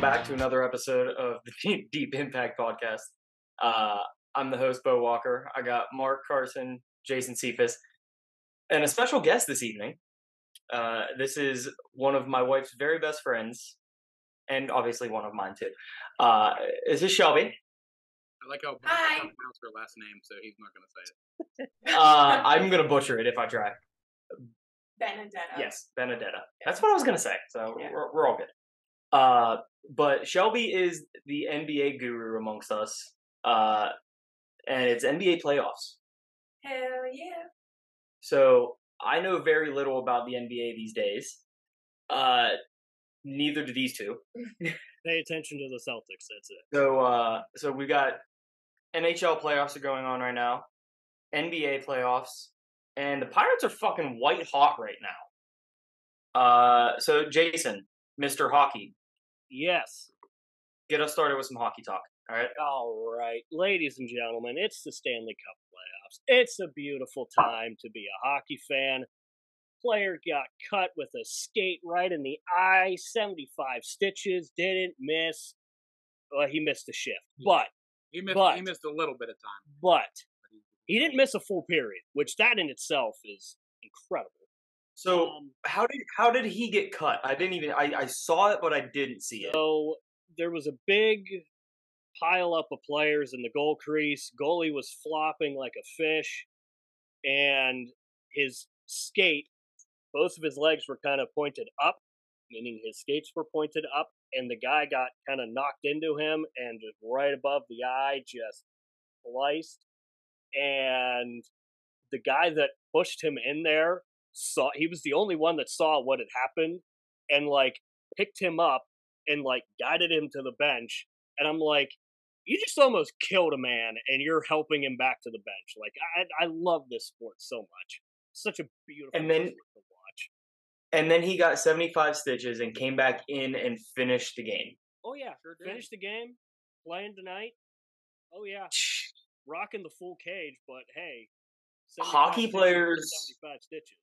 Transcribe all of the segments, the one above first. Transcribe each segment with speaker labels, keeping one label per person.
Speaker 1: back to another episode of the Deep, Deep Impact Podcast. Uh, I'm the host, Bo Walker. I got Mark Carson, Jason Cephas, and a special guest this evening. Uh, this is one of my wife's very best friends, and obviously one of mine too. Uh, this is Shelby.
Speaker 2: I like how Bob
Speaker 3: Hi.
Speaker 2: can't pronounce her last name, so he's not going to say it.
Speaker 1: Uh, I'm going to butcher it if I try.
Speaker 3: Benedetta.
Speaker 1: Yes, Benedetta. That's what I was going to say. So
Speaker 3: Yeah.
Speaker 1: we're, we're all good. Uh, but Shelby is the NBA guru amongst us, uh, and it's NBA playoffs.
Speaker 3: Hell yeah.
Speaker 1: So I know very little about the NBA these days. Uh, neither do these two.
Speaker 4: Pay attention to the Celtics. That's it.
Speaker 1: So uh, so we got NHL playoffs are going on right now, NBA playoffs, and the Pirates are fucking white hot right now. Uh, so Jason, Mister Hockey,
Speaker 4: Yes.
Speaker 1: get us started with some hockey talk. All right.
Speaker 4: All right, ladies and gentlemen, it's the Stanley Cup playoffs. It's a beautiful time to be a hockey fan. Player got cut with a skate right in the eye, 75 stitches, didn't miss. Well, he missed a shift, but
Speaker 2: He missed,
Speaker 4: But-
Speaker 2: he missed a little bit of time.
Speaker 4: but he didn't miss a full period, which that in itself is incredible.
Speaker 1: So
Speaker 4: Um,
Speaker 1: how did how did he get cut? I didn't even I, I saw it, but I didn't see it.
Speaker 4: So there was a big pile up of players in the goal crease. Goalie was flopping like a fish, and his skate, both of his legs were kind of pointed up, meaning his skates were pointed up, and the guy got kind of knocked into him and just right above the eye, just sliced. And the guy that pushed him in there saw he was the only one that saw what had happened and like picked him up and like guided him to the bench and i'm like you just almost killed a man and you're helping him back to the bench like i i love this sport so much such a beautiful
Speaker 1: And then-
Speaker 4: sport to watch
Speaker 1: And then he got seventy five stitches and came back in and finished the game.
Speaker 4: oh yeah
Speaker 2: Sure did.
Speaker 4: finish the game playing tonight oh yeah rocking the full cage but hey 75
Speaker 1: Hockey
Speaker 4: stitches is
Speaker 1: players-
Speaker 4: 75 stitches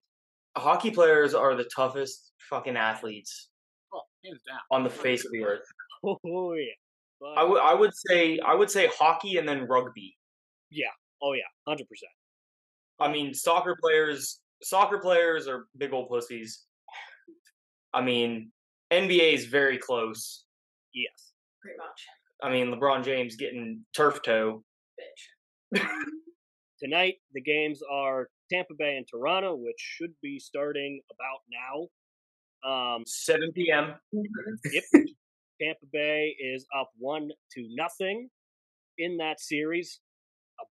Speaker 1: Hockey players are the toughest fucking athletes
Speaker 2: Oh, hands down.
Speaker 1: on the face of the earth.
Speaker 4: oh yeah but,
Speaker 1: I would I would say I would say hockey and then rugby.
Speaker 4: oh yeah 100%
Speaker 1: I mean soccer players soccer players are big old pussies. I mean NBA is very close.
Speaker 4: yes
Speaker 3: Pretty much.
Speaker 1: I mean LeBron James getting turf toe.
Speaker 3: Bitch.
Speaker 4: tonight the games are Tampa Bay and Toronto, which should be starting about now. Um,
Speaker 1: 7 p.m.
Speaker 4: Tampa Bay is up one to nothing in that series,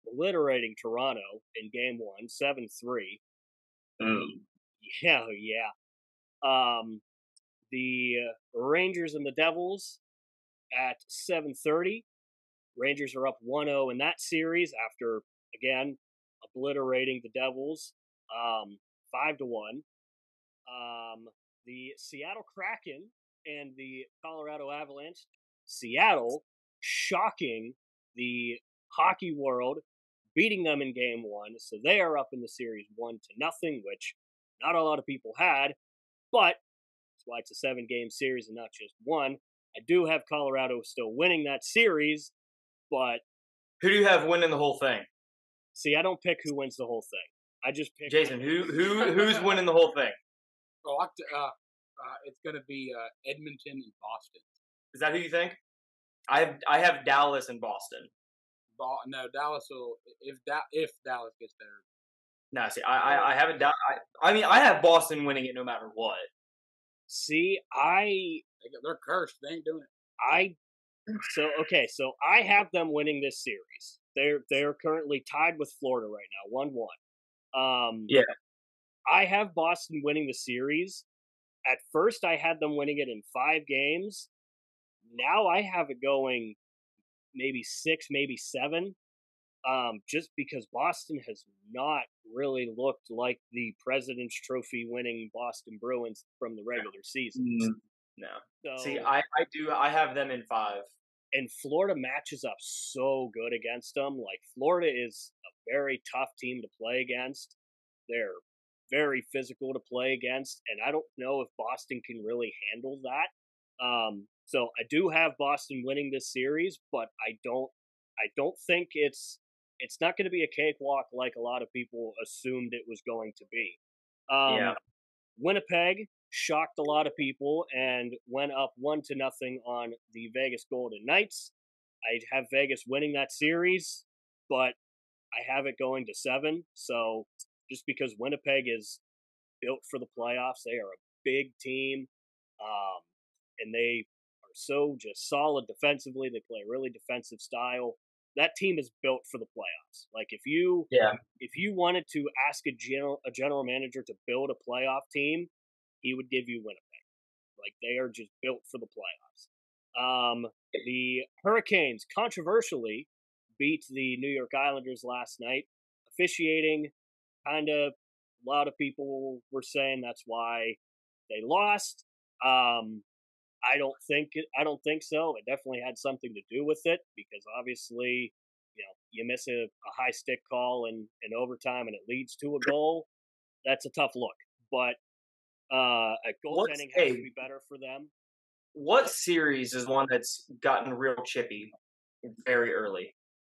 Speaker 4: obliterating Toronto in Game One, seven three. Mm. Yeah, oh, yeah. Um, the uh, Rangers and the Devils at seven thirty. Rangers are up 1-0 in that series after again obliterating the Devils, um, five to one. Um, the Seattle Kraken and the Colorado Avalanche. Seattle shocking the hockey world, beating them in game one, so they are up in the series one to nothing, which not a lot of people had, but that's why it's a seven game series and not just one. I do have Colorado still winning that series, but
Speaker 1: Who do you have winning the whole thing?
Speaker 4: see, I don't pick who wins the whole thing. I just pick
Speaker 1: Jason, who who who's winning the whole thing?
Speaker 2: Oh, Oct- uh, uh, it's going to be uh, Edmonton and Boston.
Speaker 1: Is that who you think? I have I have Dallas and Boston.
Speaker 2: Ba- no, Dallas will if da- if Dallas gets there.
Speaker 1: No, see, I I, I haven't. Da- I, I mean, I have Boston winning it no matter what.
Speaker 4: See, I
Speaker 2: They go- They're cursed. They ain't doing it.
Speaker 4: I so okay, so I have them winning this series. They're they're currently tied with Florida right now, one one. Um
Speaker 1: Yeah.
Speaker 4: I have Boston winning the series. At first I had them winning it in five games. Now I have it going maybe six, maybe seven. Um, just because Boston has not really looked like the President's Trophy winning Boston Bruins from the regular season.
Speaker 1: No.
Speaker 4: So,
Speaker 1: Mm, See, I I do. I have them in five.
Speaker 4: and Florida matches up so good against them. Like Florida is a very tough team to play against. They're very physical to play against, and I don't know if Boston can really handle that. Um, so I do have Boston winning this series, but I don't I don't think it's it's not going to be a cakewalk like a lot of people assumed it was going to be. Um,
Speaker 1: Yeah.
Speaker 4: Winnipeg shocked a lot of people and went up one to nothing on the Vegas Golden Knights. I have Vegas winning that series, but I have it going to seven. So just because Winnipeg is built for the playoffs, they are a big team, um, and they are so just solid defensively. They play a really defensive style. That team is built for the playoffs. Like if you
Speaker 1: Yeah.
Speaker 4: if you wanted to ask a general a general manager to build a playoff team, he would give you Winnipeg. Like they are just built for the playoffs. Um, the Hurricanes controversially beat the New York Islanders last night. Officiating, kind of, a lot of people were saying that's why they lost. Um, I don't think it, I don't think so. It definitely had something to do with it because obviously you know you miss a, a high stick call in, in overtime and it leads to a goal that's a tough look but uh a
Speaker 1: What's-
Speaker 4: goaltending has
Speaker 1: hey.
Speaker 4: to be better for them
Speaker 1: What series is one that's gotten real chippy very early?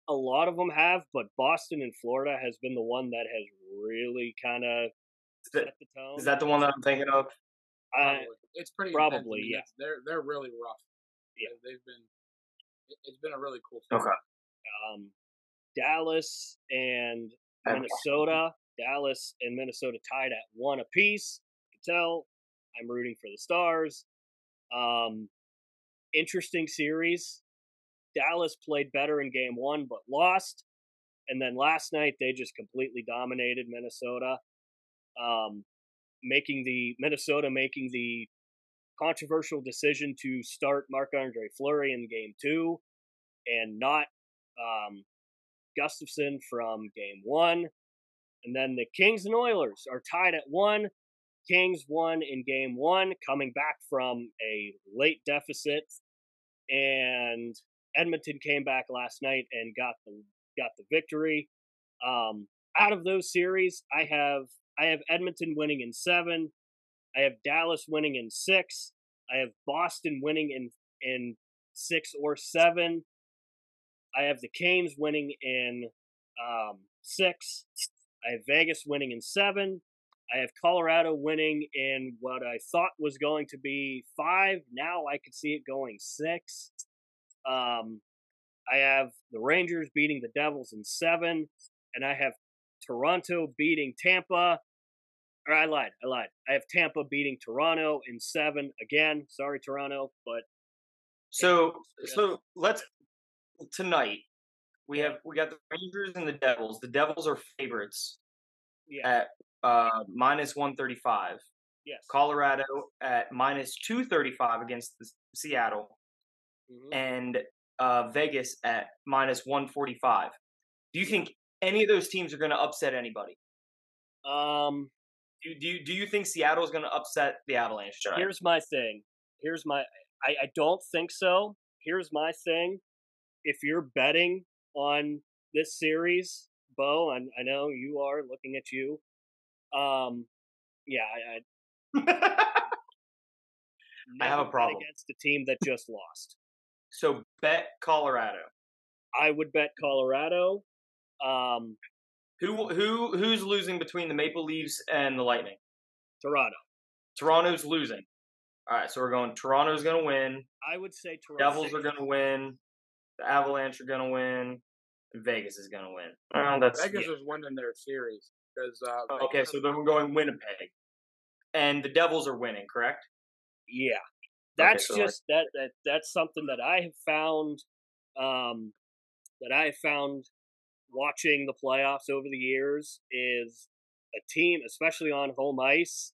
Speaker 4: a lot of them have but boston and florida has been the one that has really kind of
Speaker 1: Is that-
Speaker 4: set the tone
Speaker 1: Is that the one that I'm thinking of? Uh,
Speaker 4: I-
Speaker 2: Probably. it's pretty intense. I
Speaker 4: probably,
Speaker 2: mean,
Speaker 4: yeah.
Speaker 2: it's- They're they're really rough.
Speaker 4: Yeah.
Speaker 2: They- They've been. it- It's been a really cool. Season.
Speaker 1: Okay.
Speaker 4: um, dallas and
Speaker 1: Okay.
Speaker 4: Minnesota, Dallas, and Minnesota tied at one apiece. You can tell I'm rooting for the Stars. Um, interesting series. Dallas played better in game one, but lost. And then last night, they just completely dominated Minnesota, um, making the Minnesota making the controversial decision to start Marc Andre Fleury in game two and not um, Gustafson from game one. And then the Kings and Oilers are tied at one. Kings won in game one, coming back from a late deficit. And Edmonton came back last night and got the got the victory. Um, out of those series, I have I have Edmonton winning in seven. I have Dallas winning in six. I have Boston winning in in six or seven. I have the Canes winning in um, six. I have Vegas winning in seven. I have Colorado winning in what I thought was going to be five. Now I could see it going six. Um, I have the Rangers beating the Devils in seven, and I have Toronto beating Tampa. Or I lied. I lied. I have Tampa beating Toronto in seven again. Sorry, Toronto, but
Speaker 1: So
Speaker 4: Yeah.
Speaker 1: so let's tonight we have we got the Rangers and the Devils. The Devils are favorites
Speaker 4: yeah,
Speaker 1: at uh minus one thirty five.
Speaker 4: yes,
Speaker 1: Colorado at minus two thirty five against the Seattle.
Speaker 4: Mhm.
Speaker 1: and uh, Vegas at minus 145. Do you think any of those teams are going to upset anybody?
Speaker 4: Um,
Speaker 1: Do you, do you, do you think Seattle's going to upset the Avalanche tonight?
Speaker 4: Here's my thing. Here's my. I, I don't think so. Here's my thing. If you're betting on this series, Bo, I, I know you are looking at you. Um, yeah, I, I,
Speaker 1: I have
Speaker 4: never
Speaker 1: a
Speaker 4: bet
Speaker 1: problem.
Speaker 4: against a team that just lost.
Speaker 1: so bet Colorado.
Speaker 4: I would bet Colorado. Um,
Speaker 1: Who who who's losing between the Maple Leafs and the Lightning?
Speaker 4: Toronto.
Speaker 1: Toronto's losing. All right, so we're going. Toronto's going to win.
Speaker 4: I would say Toronto.
Speaker 1: Devils are going to win. The Avalanche are going to win. and Vegas is going to win. Well, that's
Speaker 2: Vegas
Speaker 1: yeah.
Speaker 2: was winning their series because. Uh,
Speaker 1: okay.
Speaker 2: Vegas
Speaker 1: So then we're going Winnipeg, and the Devils are winning, correct?
Speaker 4: Yeah, that's
Speaker 1: so, like-
Speaker 4: just that that that's something that I have found, um, that I have found watching the playoffs over the years is a team, especially on home ice,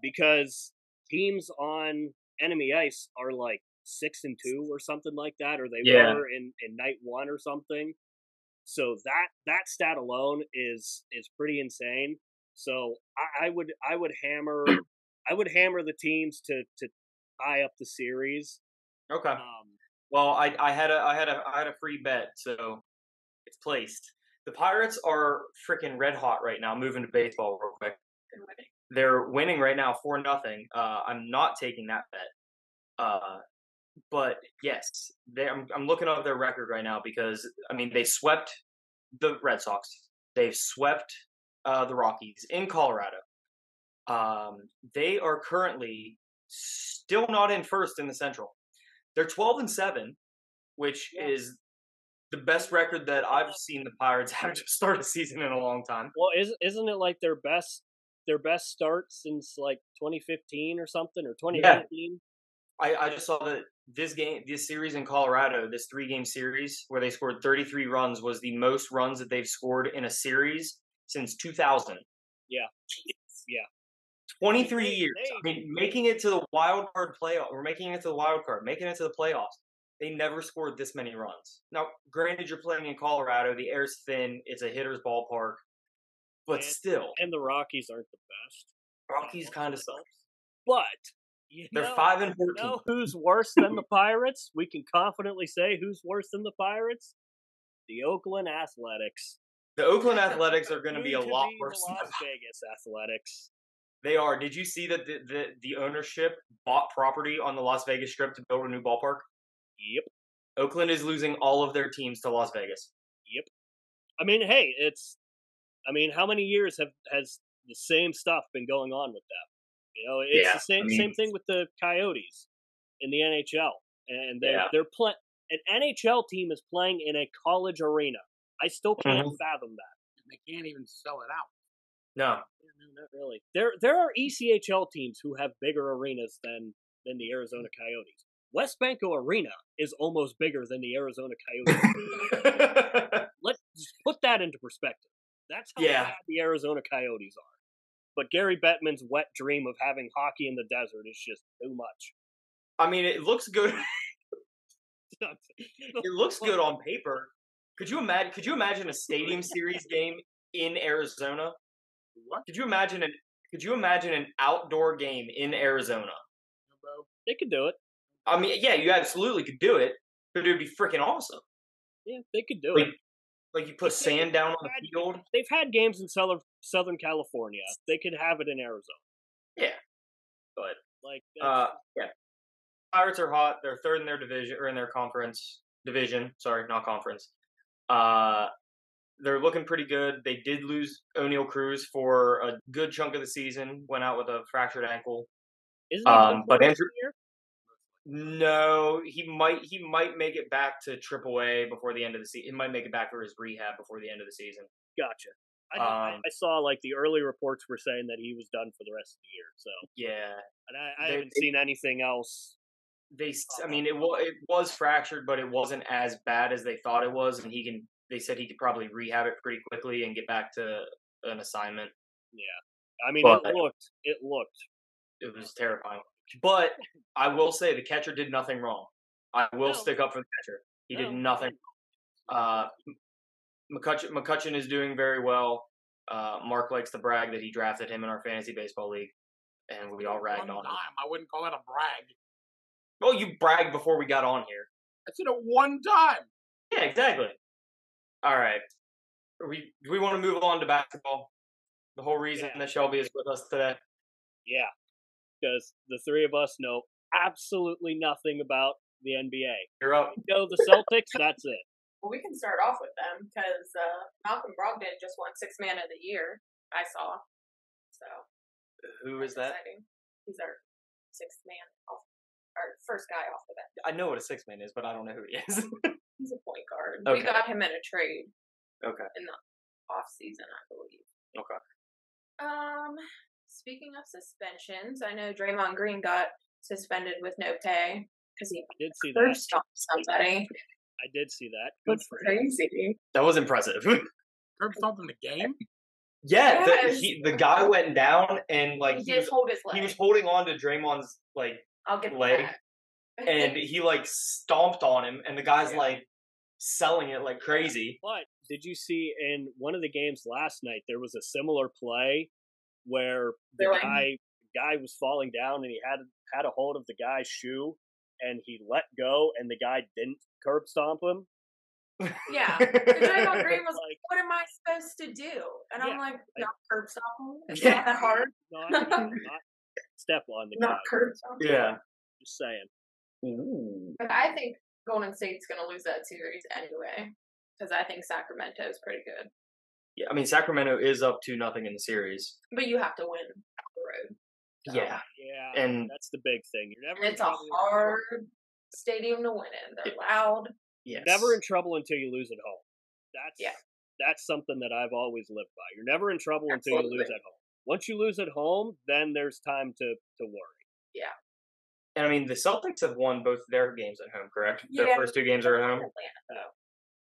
Speaker 4: because teams on enemy ice are like six and two or something like that, or they
Speaker 1: Yeah.
Speaker 4: were in in night one or something. So that that stat alone is is pretty insane. So I, I would I would hammer I would hammer the teams to to tie up the series.
Speaker 1: Okay.
Speaker 4: Um,
Speaker 1: Well, I, I had a I had a I had a free bet, so it's placed. The Pirates are freaking red hot right now. Moving to baseball real quick. They're winning right now, four nothing. Uh, I'm not taking that bet. Uh, but yes, they, I'm I'm looking up their record right now because I mean they swept the Red Sox. They've swept uh, the Rockies in Colorado. Um, they are currently still not in first in the Central. They're 12 and seven, which
Speaker 4: Yeah.
Speaker 1: is the best record that I've seen the Pirates have to start a season in a long time.
Speaker 4: Well, is, isn't it like their best their best start since like 2015 or something or 2019?
Speaker 1: I, I just saw that this game, this series in Colorado, this three game series where they scored 33 runs was the most runs that they've scored in a series since 2000.
Speaker 4: Yeah. Yeah.
Speaker 1: 23
Speaker 4: They-
Speaker 1: years. I
Speaker 4: they-
Speaker 1: mean, making it to the wild card playoff, or making it to the wild card, making it to the playoffs. They never scored this many runs. Now, granted, you're playing in Colorado, the air's thin, it's a hitter's ballpark, but
Speaker 4: And-
Speaker 1: still,
Speaker 4: And the Rockies aren't the best.
Speaker 1: Rockies kind of suck.
Speaker 4: But you
Speaker 1: They're
Speaker 4: know,
Speaker 1: five and
Speaker 4: you
Speaker 1: fourteen.
Speaker 4: know who's worse than the Pirates? We can confidently say who's worse than the Pirates? The Oakland Athletics.
Speaker 1: The Oakland Athletics are going to
Speaker 4: We
Speaker 1: be a
Speaker 4: could
Speaker 1: lot
Speaker 4: be the
Speaker 1: worse. than
Speaker 4: Las Vegas Athletics.
Speaker 1: They are. Did you see that the, the, the ownership bought property on the Las Vegas Strip to build a new ballpark?
Speaker 4: Yep.
Speaker 1: Oakland is losing all of their teams to Las Vegas.
Speaker 4: I mean, hey, it's. I mean, how many years have has the same stuff been going on with them? You know, it's
Speaker 1: Yeah,
Speaker 4: the same
Speaker 1: I mean-
Speaker 4: same thing with the Coyotes in the NHL, and they're
Speaker 1: Yeah.
Speaker 4: they're playing. An NHL team is playing in a college arena. I still can't
Speaker 1: Mm-hmm.
Speaker 4: fathom that.
Speaker 2: And they can't even sell it out.
Speaker 1: No,
Speaker 4: Yeah, no, not really. There there are E ECHL teams who have bigger arenas than than the Arizona Coyotes. West Banco Arena is almost bigger than the Arizona Coyotes. Let's just put that into perspective. That's how
Speaker 1: Yeah.
Speaker 4: bad the Arizona Coyotes are. But Gary Bettman's wet dream of having hockey in the desert is just too much.
Speaker 1: I mean it looks good. It
Speaker 4: The
Speaker 1: looks good on paper. Could you imagine? Could you imagine a stadium series game in Arizona?
Speaker 2: What?
Speaker 1: Could you imagine an Could you imagine an outdoor game in Arizona?
Speaker 2: Bro?
Speaker 4: they could do it.
Speaker 1: I mean, yeah, you absolutely could do it, but it would be freaking awesome.
Speaker 4: Yeah, they could do
Speaker 1: Like,
Speaker 4: it.
Speaker 1: like you put sand down on the field.
Speaker 4: They've had games in Southern Southern California. They could have it in Arizona.
Speaker 1: Yeah. But,
Speaker 4: like
Speaker 1: Uh,
Speaker 4: that's-
Speaker 1: yeah. Pirates are hot. They're third in their division or in their conference division. Sorry, not conference. Uh, they're looking pretty good. They did lose O'Neill Cruz for a good chunk of the season. Went out with a fractured ankle.
Speaker 4: isn't he
Speaker 1: Um,
Speaker 4: done for
Speaker 1: but
Speaker 4: this
Speaker 1: Andrew,
Speaker 4: year?
Speaker 1: no, he might he might make it back to AAA before the end of the season. He might make it back for his rehab before the end of the season.
Speaker 4: Gotcha. I, know- I-
Speaker 1: Um,
Speaker 4: I saw like the early reports were saying that he was done for the rest of the year. So,
Speaker 1: Yeah,
Speaker 4: and I, I
Speaker 1: They-
Speaker 4: haven't seen anything else.
Speaker 1: they. s-
Speaker 4: Uh-huh.
Speaker 1: I mean, it was it was fractured, but it wasn't as bad as they thought it was, and he can. They said he could probably rehab it pretty quickly and get back to an assignment.
Speaker 4: I mean,
Speaker 1: Well, I-
Speaker 4: it looked it looked
Speaker 1: It was terrifying, but I will say the catcher did nothing wrong. I will
Speaker 4: No.
Speaker 1: stick up for the catcher. He did
Speaker 4: No.
Speaker 1: nothing. Uh, McCutcheon, McCutcheon is doing very well. Uh, Mark likes to brag that he drafted him in our fantasy baseball league, and we all ragged
Speaker 2: One
Speaker 1: on him.
Speaker 2: time. I wouldn't call that a brag.
Speaker 1: Well, you bragged before we got on here.
Speaker 2: I said it one time.
Speaker 1: Yeah, exactly. All right. Are we do we want to move on to basketball? The whole reason
Speaker 4: Yeah.
Speaker 1: that Shelby is with us today.
Speaker 4: yeah, because the three of us know absolutely nothing about the NBA.
Speaker 1: You're up.
Speaker 4: We know the Celtics. that's it.
Speaker 3: Well, we can start off with them because uh, Malcolm Brogdon just won Six Man of the Year. I saw. So
Speaker 1: Who is that?
Speaker 3: exciting. He's our sixth man, off, our first guy off the bench.
Speaker 1: I know what a six man is, but I don't know who he is.
Speaker 3: He's a point guard.
Speaker 1: Okay.
Speaker 3: We got him in a trade
Speaker 1: okay.
Speaker 3: off season, I believe.
Speaker 1: Okay.
Speaker 3: Um, speaking of suspensions, I know Draymond Green got suspended with no pay because he
Speaker 4: I did see that.
Speaker 3: curb stomped somebody.
Speaker 4: I did see that. Good
Speaker 3: That's
Speaker 4: for him.
Speaker 3: crazy.
Speaker 1: That was impressive.
Speaker 2: Curb stomp in the game?
Speaker 1: yeah, the,
Speaker 3: Yes.
Speaker 1: he, the guy went down and like
Speaker 3: he
Speaker 1: he
Speaker 3: did
Speaker 1: was,
Speaker 3: hold his leg.
Speaker 1: he was holding on to Draymond's like
Speaker 3: I'll get
Speaker 1: leg,
Speaker 3: that.
Speaker 1: and he like stomped on him and the guy's
Speaker 2: Yeah.
Speaker 1: like selling it like crazy.
Speaker 4: But did you see in one of the games last night there was a similar play where the
Speaker 3: Really?
Speaker 4: guy guy was falling down and he had had a hold of the guy's shoe and he let go and the guy didn't curb stomp him.
Speaker 3: yeah. Draymond Green was.
Speaker 4: Like,
Speaker 3: What am I supposed to do? And
Speaker 4: Yeah,
Speaker 3: I'm like, not curb stomping. It's
Speaker 1: Yeah.
Speaker 3: not that hard.
Speaker 4: not, not step on the guy.
Speaker 3: Not curb stomping.
Speaker 1: yeah.
Speaker 4: Just saying.
Speaker 1: Ooh.
Speaker 3: But I think Golden State's going to lose that series anyway because I think Sacramento's pretty good.
Speaker 1: Yeah, I mean Sacramento is up to nothing in the series.
Speaker 3: But you have to win on the road.
Speaker 1: Yeah,
Speaker 4: Yeah,
Speaker 1: and
Speaker 4: that's the big thing. You're never
Speaker 3: And
Speaker 4: in
Speaker 3: it's a
Speaker 4: trouble-
Speaker 3: hard stadium to win in. They're loud.
Speaker 1: yes,
Speaker 4: never in trouble until you lose at home. That's
Speaker 3: Yeah.
Speaker 4: that's something that I've always lived by. You're never in trouble until you lose
Speaker 3: Absolutely.
Speaker 4: at home. Once you lose at home, then there's time to to worry.
Speaker 1: And I mean, the Celtics have won both their games at home, correct? Their
Speaker 3: Yeah.
Speaker 1: first two games are at home.
Speaker 3: Atlanta, though.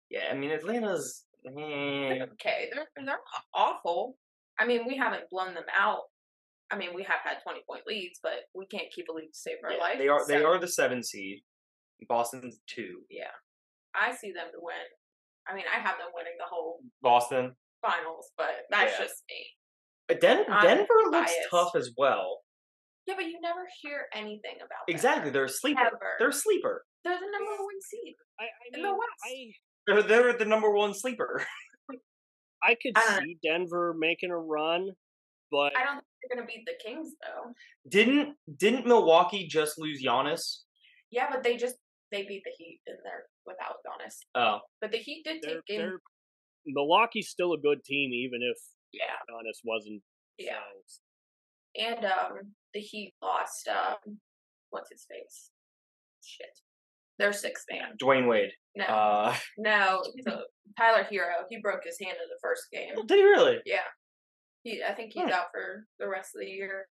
Speaker 1: Yeah, I mean, Atlanta's. eh,
Speaker 3: They're okay. They're, they're not awful. I mean, we haven't blown them out. I mean, we have had 20 point leads, but we can't keep a lead to save our
Speaker 1: yeah,
Speaker 3: life.
Speaker 1: They are. They
Speaker 3: so
Speaker 1: are the seven seed. Boston's two.
Speaker 3: I see them to win. I mean, I have them winning the whole
Speaker 1: Boston.
Speaker 3: finals, but that's
Speaker 1: Yeah.
Speaker 3: just me.
Speaker 1: But Den-
Speaker 3: I'm
Speaker 1: Denver looks
Speaker 3: biased.
Speaker 1: tough as well.
Speaker 3: Yeah, but you never hear anything about them.
Speaker 1: Exactly, they're a sleeper.
Speaker 3: Ever.
Speaker 1: They're a sleeper.
Speaker 3: They're the number one seed.
Speaker 4: I, I
Speaker 3: In
Speaker 4: mean,
Speaker 3: the West.
Speaker 4: I
Speaker 1: They're, they're the number one sleeper.
Speaker 4: I could
Speaker 3: I don't know.
Speaker 4: see Denver making a run, but
Speaker 3: uh I don't think they're going to beat the Kings, though.
Speaker 1: Didn't didn't Milwaukee just lose Giannis?
Speaker 3: Yeah, but they just they beat the Heat in there without Giannis.
Speaker 1: Oh,
Speaker 3: But the Heat did
Speaker 4: they're,
Speaker 3: take game.
Speaker 4: they're Milwaukee's still a good team, even if
Speaker 3: Yeah,
Speaker 4: Giannis wasn't.
Speaker 3: yeah.
Speaker 4: so-
Speaker 3: And um, the Heat lost. Um, what's his face? Shit. Their sixth man.
Speaker 1: Dwayne Wade.
Speaker 3: No,
Speaker 1: Uh,
Speaker 3: no. the- Tyler Hero. He broke his hand in the first game.
Speaker 1: did he really?
Speaker 3: Yeah. He, I think he's
Speaker 1: Hmm.
Speaker 3: out for the rest of the year.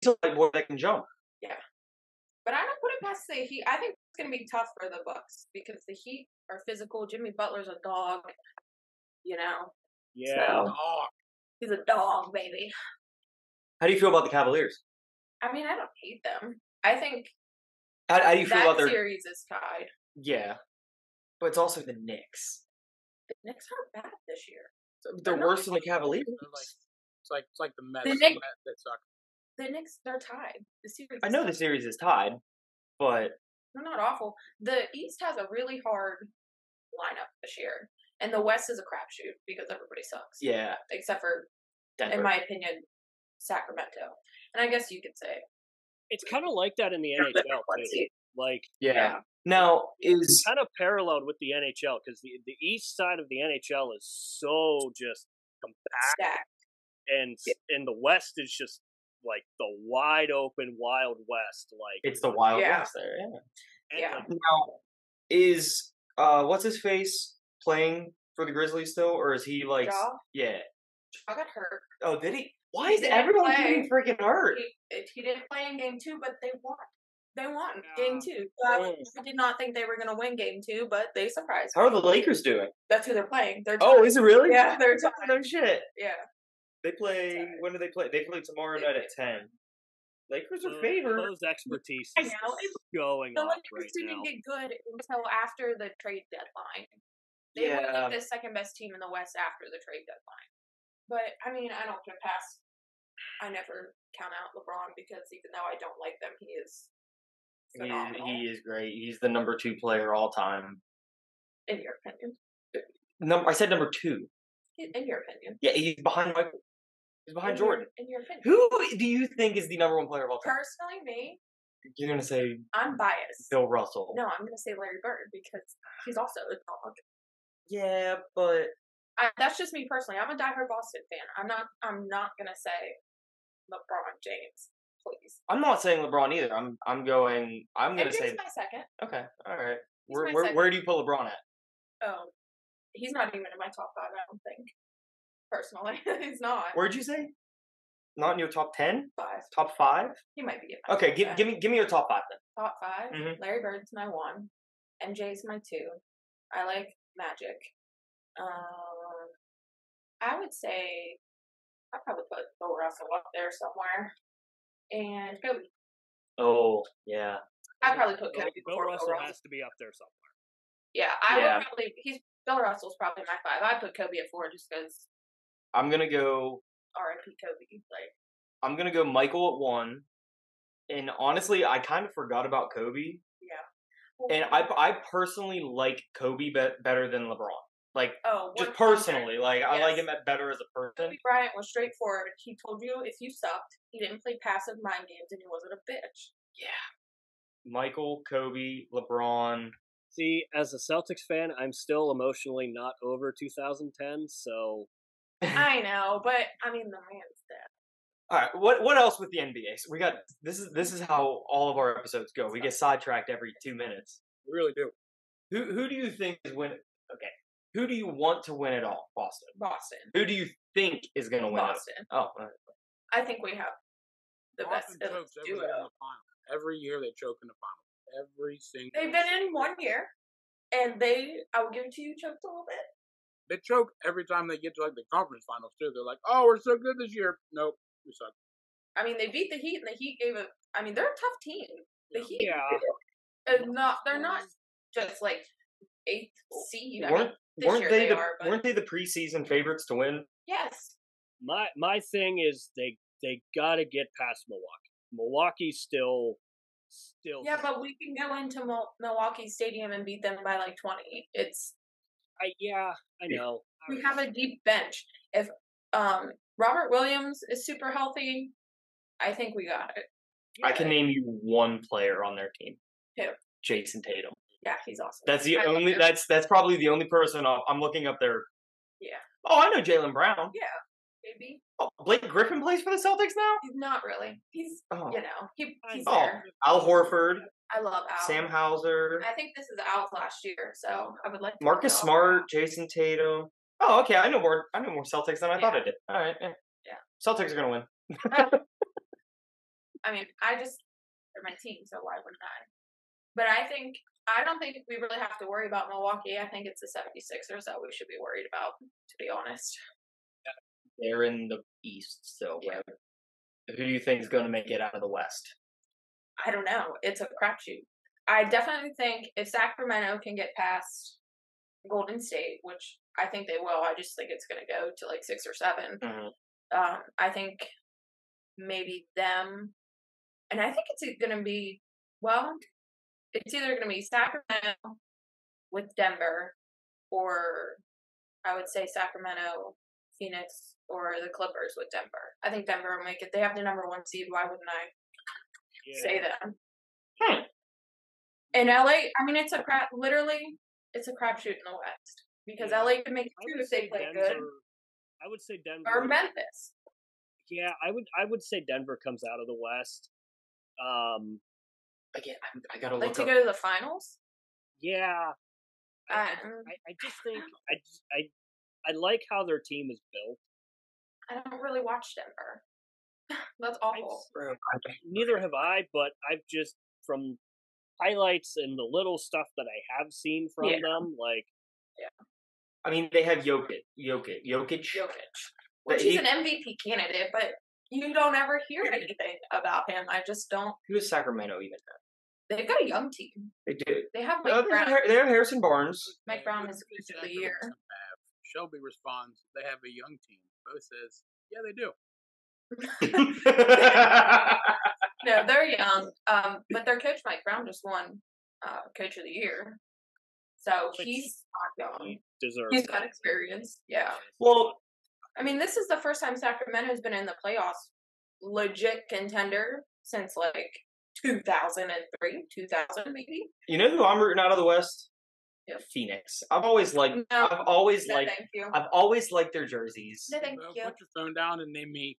Speaker 1: He's a whiteboard that can jump.
Speaker 3: But I don't put it past the Heat. I think it's going to be tough for the Bucks because the Heat are physical. Jimmy Butler's a dog. You know,
Speaker 4: Yeah,
Speaker 3: So, he's a dog, baby.
Speaker 1: How do you feel about the Cavaliers?
Speaker 3: I mean, I don't hate them. I think
Speaker 1: How, how do you feel
Speaker 3: that
Speaker 1: about their?
Speaker 3: series is tied.
Speaker 1: Yeah, but it's also the Knicks.
Speaker 3: The Knicks aren't bad this year.
Speaker 1: They're
Speaker 3: They're not
Speaker 1: worse than the Cavaliers.
Speaker 2: They're like, it's like it's like the Mets.
Speaker 3: The
Speaker 2: The
Speaker 3: Knicks-
Speaker 2: Mets that suck.
Speaker 3: The Knicks, they're tied. The series.
Speaker 1: I
Speaker 3: is
Speaker 1: know
Speaker 3: tied.
Speaker 1: the series is tied, but
Speaker 3: They're not awful. The East has a really hard lineup this year, and the West is a crapshoot because everybody sucks.
Speaker 1: yeah,
Speaker 3: Except for,
Speaker 1: Denver.
Speaker 3: in my opinion, Sacramento. And I guess you could say
Speaker 4: it's kind of like that in the
Speaker 3: they're the
Speaker 4: NHL
Speaker 3: one
Speaker 4: too.
Speaker 3: seed.
Speaker 4: Like
Speaker 1: yeah.
Speaker 3: yeah.
Speaker 1: Now is
Speaker 4: kind of paralleled with the NHL because the the east side of the NHL is so just compact,
Speaker 3: Stacked.
Speaker 4: and s- and the west is just like the wide open wild west. Like
Speaker 1: it's the Wild
Speaker 3: Yeah.
Speaker 1: West there? Yeah.
Speaker 4: and,
Speaker 3: yeah.
Speaker 4: like,
Speaker 1: Now is uh, what's his face playing for the Grizzlies still, or is he like? s-
Speaker 3: Jaw?
Speaker 1: Yeah.
Speaker 3: I got hurt.
Speaker 1: Oh, did he? Why
Speaker 3: He
Speaker 1: is
Speaker 3: didn't
Speaker 1: everyone
Speaker 3: play.
Speaker 1: getting freaking hurt?
Speaker 3: He, if he didn't play in game two, but they won. They won
Speaker 2: Yeah.
Speaker 3: game two. So I,
Speaker 1: Mm.
Speaker 3: I did not think they were going to win game two, but they surprised.
Speaker 1: How
Speaker 3: me.
Speaker 1: are the Lakers doing?
Speaker 3: That's who they're playing. They're
Speaker 1: Oh, is it really?
Speaker 3: Yeah, they're
Speaker 1: Oh,
Speaker 3: tied.
Speaker 1: no shit.
Speaker 3: Yeah.
Speaker 1: They play.
Speaker 3: Sorry.
Speaker 1: When do they play? They play tomorrow
Speaker 3: They
Speaker 1: night
Speaker 3: play-
Speaker 1: at ten. Lakers are
Speaker 4: those-
Speaker 1: favored.
Speaker 4: Those expertise
Speaker 3: I
Speaker 4: is
Speaker 3: know, it's-
Speaker 4: going
Speaker 3: The
Speaker 4: off
Speaker 3: Lakers
Speaker 4: right
Speaker 3: didn't
Speaker 4: now.
Speaker 3: get good until after the trade deadline. They were
Speaker 1: Yeah.
Speaker 3: like the second best team in the West after the trade deadline. But I mean, I don't get past. I never count out LeBron because even though I don't like them, he is
Speaker 1: He,
Speaker 3: phenomenal.
Speaker 1: he is great. He's the number two player all time.
Speaker 3: in your opinion,
Speaker 1: Number I said number two.
Speaker 3: in in your opinion,
Speaker 1: Yeah, he's behind Michael. He's behind
Speaker 3: in your-
Speaker 1: Jordan.
Speaker 3: in your opinion,
Speaker 1: Who do you think is the number one player of all time?
Speaker 3: personally, me,
Speaker 1: You're gonna say
Speaker 3: I'm biased.
Speaker 1: Bill Russell.
Speaker 3: No, I'm gonna say Larry Bird because he's also a dog.
Speaker 1: Yeah, but
Speaker 3: I, that's just me personally. I'm a diehard Boston fan. I'm not. I'm not gonna say LeBron James, please.
Speaker 1: I'm not saying LeBron either. I'm I'm going. I'm gonna
Speaker 3: Andrew's
Speaker 1: say
Speaker 3: my second.
Speaker 1: okay. All right.
Speaker 3: He's
Speaker 1: Where
Speaker 3: my
Speaker 1: where,
Speaker 3: second.
Speaker 1: where do you put LeBron at?
Speaker 3: Um, he's not even in my top five. I don't think. Personally, he's not.
Speaker 1: Where'd you say? Not in your top ten?
Speaker 3: five.
Speaker 1: Top five?
Speaker 3: He might be. In my
Speaker 1: Okay.
Speaker 3: top
Speaker 1: Give
Speaker 3: five.
Speaker 1: give me give me your top five then.
Speaker 3: top 5
Speaker 1: Mhm.
Speaker 3: Larry Bird's my one. MJ's my two. I like Magic. Um, I would say I probably put Bill Russell up there somewhere, and Kobe.
Speaker 1: Oh yeah.
Speaker 3: I probably put
Speaker 4: Bill,
Speaker 3: Kobe
Speaker 4: Bill
Speaker 3: before
Speaker 4: Russell has to be up there somewhere.
Speaker 3: Yeah, I
Speaker 1: Yeah.
Speaker 3: would probably. He's Bill Russell's probably my five. I put Kobe at four just because
Speaker 1: I'm gonna go.
Speaker 3: R.I.P. Kobe. Like,
Speaker 1: I'm gonna go Michael at one. And honestly, I kind of forgot about Kobe. And I I personally like Kobe be- better than LeBron. Like
Speaker 3: oh,
Speaker 1: just
Speaker 3: 100.
Speaker 1: personally, like I like
Speaker 3: Yes.
Speaker 1: him better as a person.
Speaker 3: Kobe Bryant was straightforward. He told you if you sucked, he didn't play passive mind games, and he wasn't a bitch.
Speaker 1: Yeah. Michael, Kobe, LeBron.
Speaker 4: See, as a Celtics fan, I'm still emotionally not over 2010, so
Speaker 3: I know, but I mean the man's dead.
Speaker 1: All right, what what else with the NBA? So we got this is this is how all of our episodes go. We get sidetracked every two minutes.
Speaker 2: We really do.
Speaker 1: Who who do you think is win? Okay, who do you want to win it all? Boston.
Speaker 3: Boston.
Speaker 1: Who do you think is going to win? It?
Speaker 3: Boston.
Speaker 1: Oh, all right.
Speaker 3: I think we have the
Speaker 2: Boston
Speaker 3: best
Speaker 2: chokes every year
Speaker 3: duo.
Speaker 2: in the final. Every year they choke in the final. Every single.
Speaker 3: They've been in one year, and they I will give it to you choked a little bit.
Speaker 2: They choke every time they get to like the conference finals too. They're like, "Oh, we're so good this year." Nope, we suck.
Speaker 3: I mean they beat the Heat, and the Heat gave a. I mean they're a tough team. The Heat,
Speaker 4: yeah.
Speaker 3: and not they're not just like eighth seed. I mean,
Speaker 1: weren't
Speaker 3: this
Speaker 1: weren't
Speaker 3: year
Speaker 1: they,
Speaker 3: they
Speaker 1: the
Speaker 3: are, but-
Speaker 1: weren't they the preseason favorites to win?
Speaker 3: yes,
Speaker 4: My my thing is they they gotta get past Milwaukee. Milwaukee's still still
Speaker 3: yeah, but we can go into Mil- Milwaukee Stadium and beat them by like twenty. It's
Speaker 4: I, yeah, I
Speaker 1: Yeah.
Speaker 4: know.
Speaker 3: we have a deep bench. If um Robert Williams is super healthy, I think we got it.
Speaker 1: I can name you one player on their team.
Speaker 3: Who?
Speaker 1: Jason Tatum.
Speaker 3: Yeah, he's awesome.
Speaker 1: That's the
Speaker 3: I love
Speaker 1: only.
Speaker 3: him.
Speaker 1: That's that's probably the only person I'll, I'm looking up there.
Speaker 3: Yeah.
Speaker 1: Oh, I know Jalen Brown.
Speaker 3: maybe
Speaker 1: Oh, Blake Griffin plays for the Celtics now.
Speaker 3: he's not really. He's
Speaker 1: Oh,
Speaker 3: you know he,
Speaker 4: I
Speaker 3: he's
Speaker 4: know.
Speaker 3: there.
Speaker 1: Al Horford,
Speaker 3: I love Al.
Speaker 1: Sam Hauser,
Speaker 3: I think this is Al's last year, so I would like to
Speaker 1: Marcus
Speaker 3: know.
Speaker 1: Smart, Jason Tatum. Oh, okay. I know more. I know more Celtics than I thought I did. All right. Yeah.
Speaker 3: Yeah.
Speaker 1: Celtics are gonna win.
Speaker 3: I mean, I just they're my team, so why wouldn't I? But I think I don't think we really have to worry about Milwaukee. I think it's the 76ers that we should be worried about, to be honest.
Speaker 1: They're in the East, so
Speaker 3: Yeah.
Speaker 1: who do you think is gonna make it out of the West?
Speaker 3: I don't know. It's a crapshoot. I definitely think if Sacramento can get past Golden State, which I think they will, I just think it's going to go to like six or seven.
Speaker 1: Mhm.
Speaker 3: Um, I think maybe them, and I think it's going to be well, it's either going to be Sacramento with Denver, or I would say Sacramento, Phoenix, or the Clippers with Denver. I think Denver will make it. They have the number one seed. Why wouldn't I? say them.
Speaker 1: Hmm.
Speaker 3: In LA, I mean, it's a crap. Literally, it's a crapshoot in the West because
Speaker 4: Yeah.
Speaker 3: LA could make it
Speaker 4: I
Speaker 3: two
Speaker 4: would
Speaker 3: if they
Speaker 4: say
Speaker 3: play
Speaker 4: Denver- I would say
Speaker 3: good, or
Speaker 4: Denver.
Speaker 3: Memphis.
Speaker 4: yeah, I would. I would say Denver comes out of the West. Um,
Speaker 1: Again, I, I gotta
Speaker 3: Like
Speaker 1: look
Speaker 3: to
Speaker 1: up.
Speaker 3: go to the finals.
Speaker 4: yeah, I, I-
Speaker 3: Um,
Speaker 4: I, I just think I, just- I, I like how their team is built.
Speaker 3: I don't really watch Denver. That's awful.
Speaker 4: Neither have I, but I've just from highlights and the little stuff that I have seen from
Speaker 3: Yeah.
Speaker 4: them, like
Speaker 1: I mean, they have Jokic. Jokic. Jokic.
Speaker 3: Jokic, which
Speaker 1: he-
Speaker 3: he's an MVP candidate, but you don't ever hear anything about him. I just don't.
Speaker 1: Who is Sacramento even?
Speaker 3: They've got a young team.
Speaker 1: They do.
Speaker 3: They have
Speaker 1: Oh,
Speaker 3: Mike
Speaker 1: they, have,
Speaker 3: Brown.
Speaker 1: Har- they have Harrison Barnes.
Speaker 3: Mike
Speaker 2: Yeah,
Speaker 3: Brown
Speaker 2: good
Speaker 3: is
Speaker 2: for
Speaker 3: coach of the
Speaker 2: Sacramento
Speaker 3: year.
Speaker 2: to have. Shelby responds, "They have a young team." Bo says, "Yeah, they do."
Speaker 3: No, they're young. Um, but their coach Mike Brown just won uh, coach of the year, so
Speaker 4: Which-
Speaker 3: he's not young.
Speaker 4: he deserves.
Speaker 3: He's
Speaker 4: it.
Speaker 3: got experience. Yeah,
Speaker 1: well,
Speaker 3: I mean, this is the first time Sacramento's been in the playoffs, legit contender since like 2003, 2000 maybe.
Speaker 1: you know who I'm rooting out of the West?
Speaker 3: Yeah.
Speaker 1: Phoenix. I've always liked.
Speaker 3: No,
Speaker 1: I've always
Speaker 3: no,
Speaker 1: liked.
Speaker 3: Um, thank you.
Speaker 1: I've always liked their jerseys.
Speaker 3: No, thank
Speaker 2: Bo,
Speaker 3: you.
Speaker 2: put your phone down and name me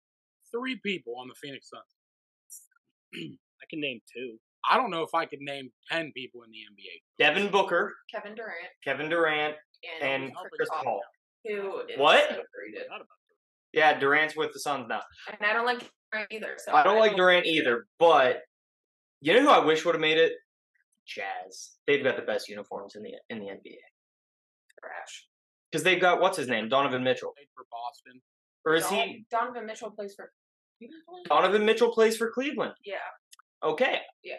Speaker 2: three people on the Phoenix Suns.
Speaker 4: I can name two.
Speaker 2: I don't know if I could name ten people in the NBA.
Speaker 1: Devin Booker,
Speaker 3: Kevin Durant
Speaker 1: Kevin Durant,
Speaker 3: and,
Speaker 1: and
Speaker 2: Alfred
Speaker 1: Chris
Speaker 2: Cobb.
Speaker 1: Paul.
Speaker 3: who is
Speaker 1: What?
Speaker 3: so overrated.
Speaker 4: Not about
Speaker 1: Yeah, Durant's with the Suns now.
Speaker 3: And I don't like Durant either. So
Speaker 1: I don't like Durant either, but you know who I wish would have made it? Jazz. They've got the best uniforms in the in the NBA
Speaker 3: Trash.
Speaker 1: because they've got what's his name, Donovan Mitchell,
Speaker 2: Played for Boston.
Speaker 1: or is
Speaker 3: Don-
Speaker 1: he?
Speaker 3: Donovan Mitchell plays for.
Speaker 1: Donovan Mitchell plays for Cleveland.
Speaker 3: Yeah,
Speaker 1: Okay,
Speaker 3: yeah.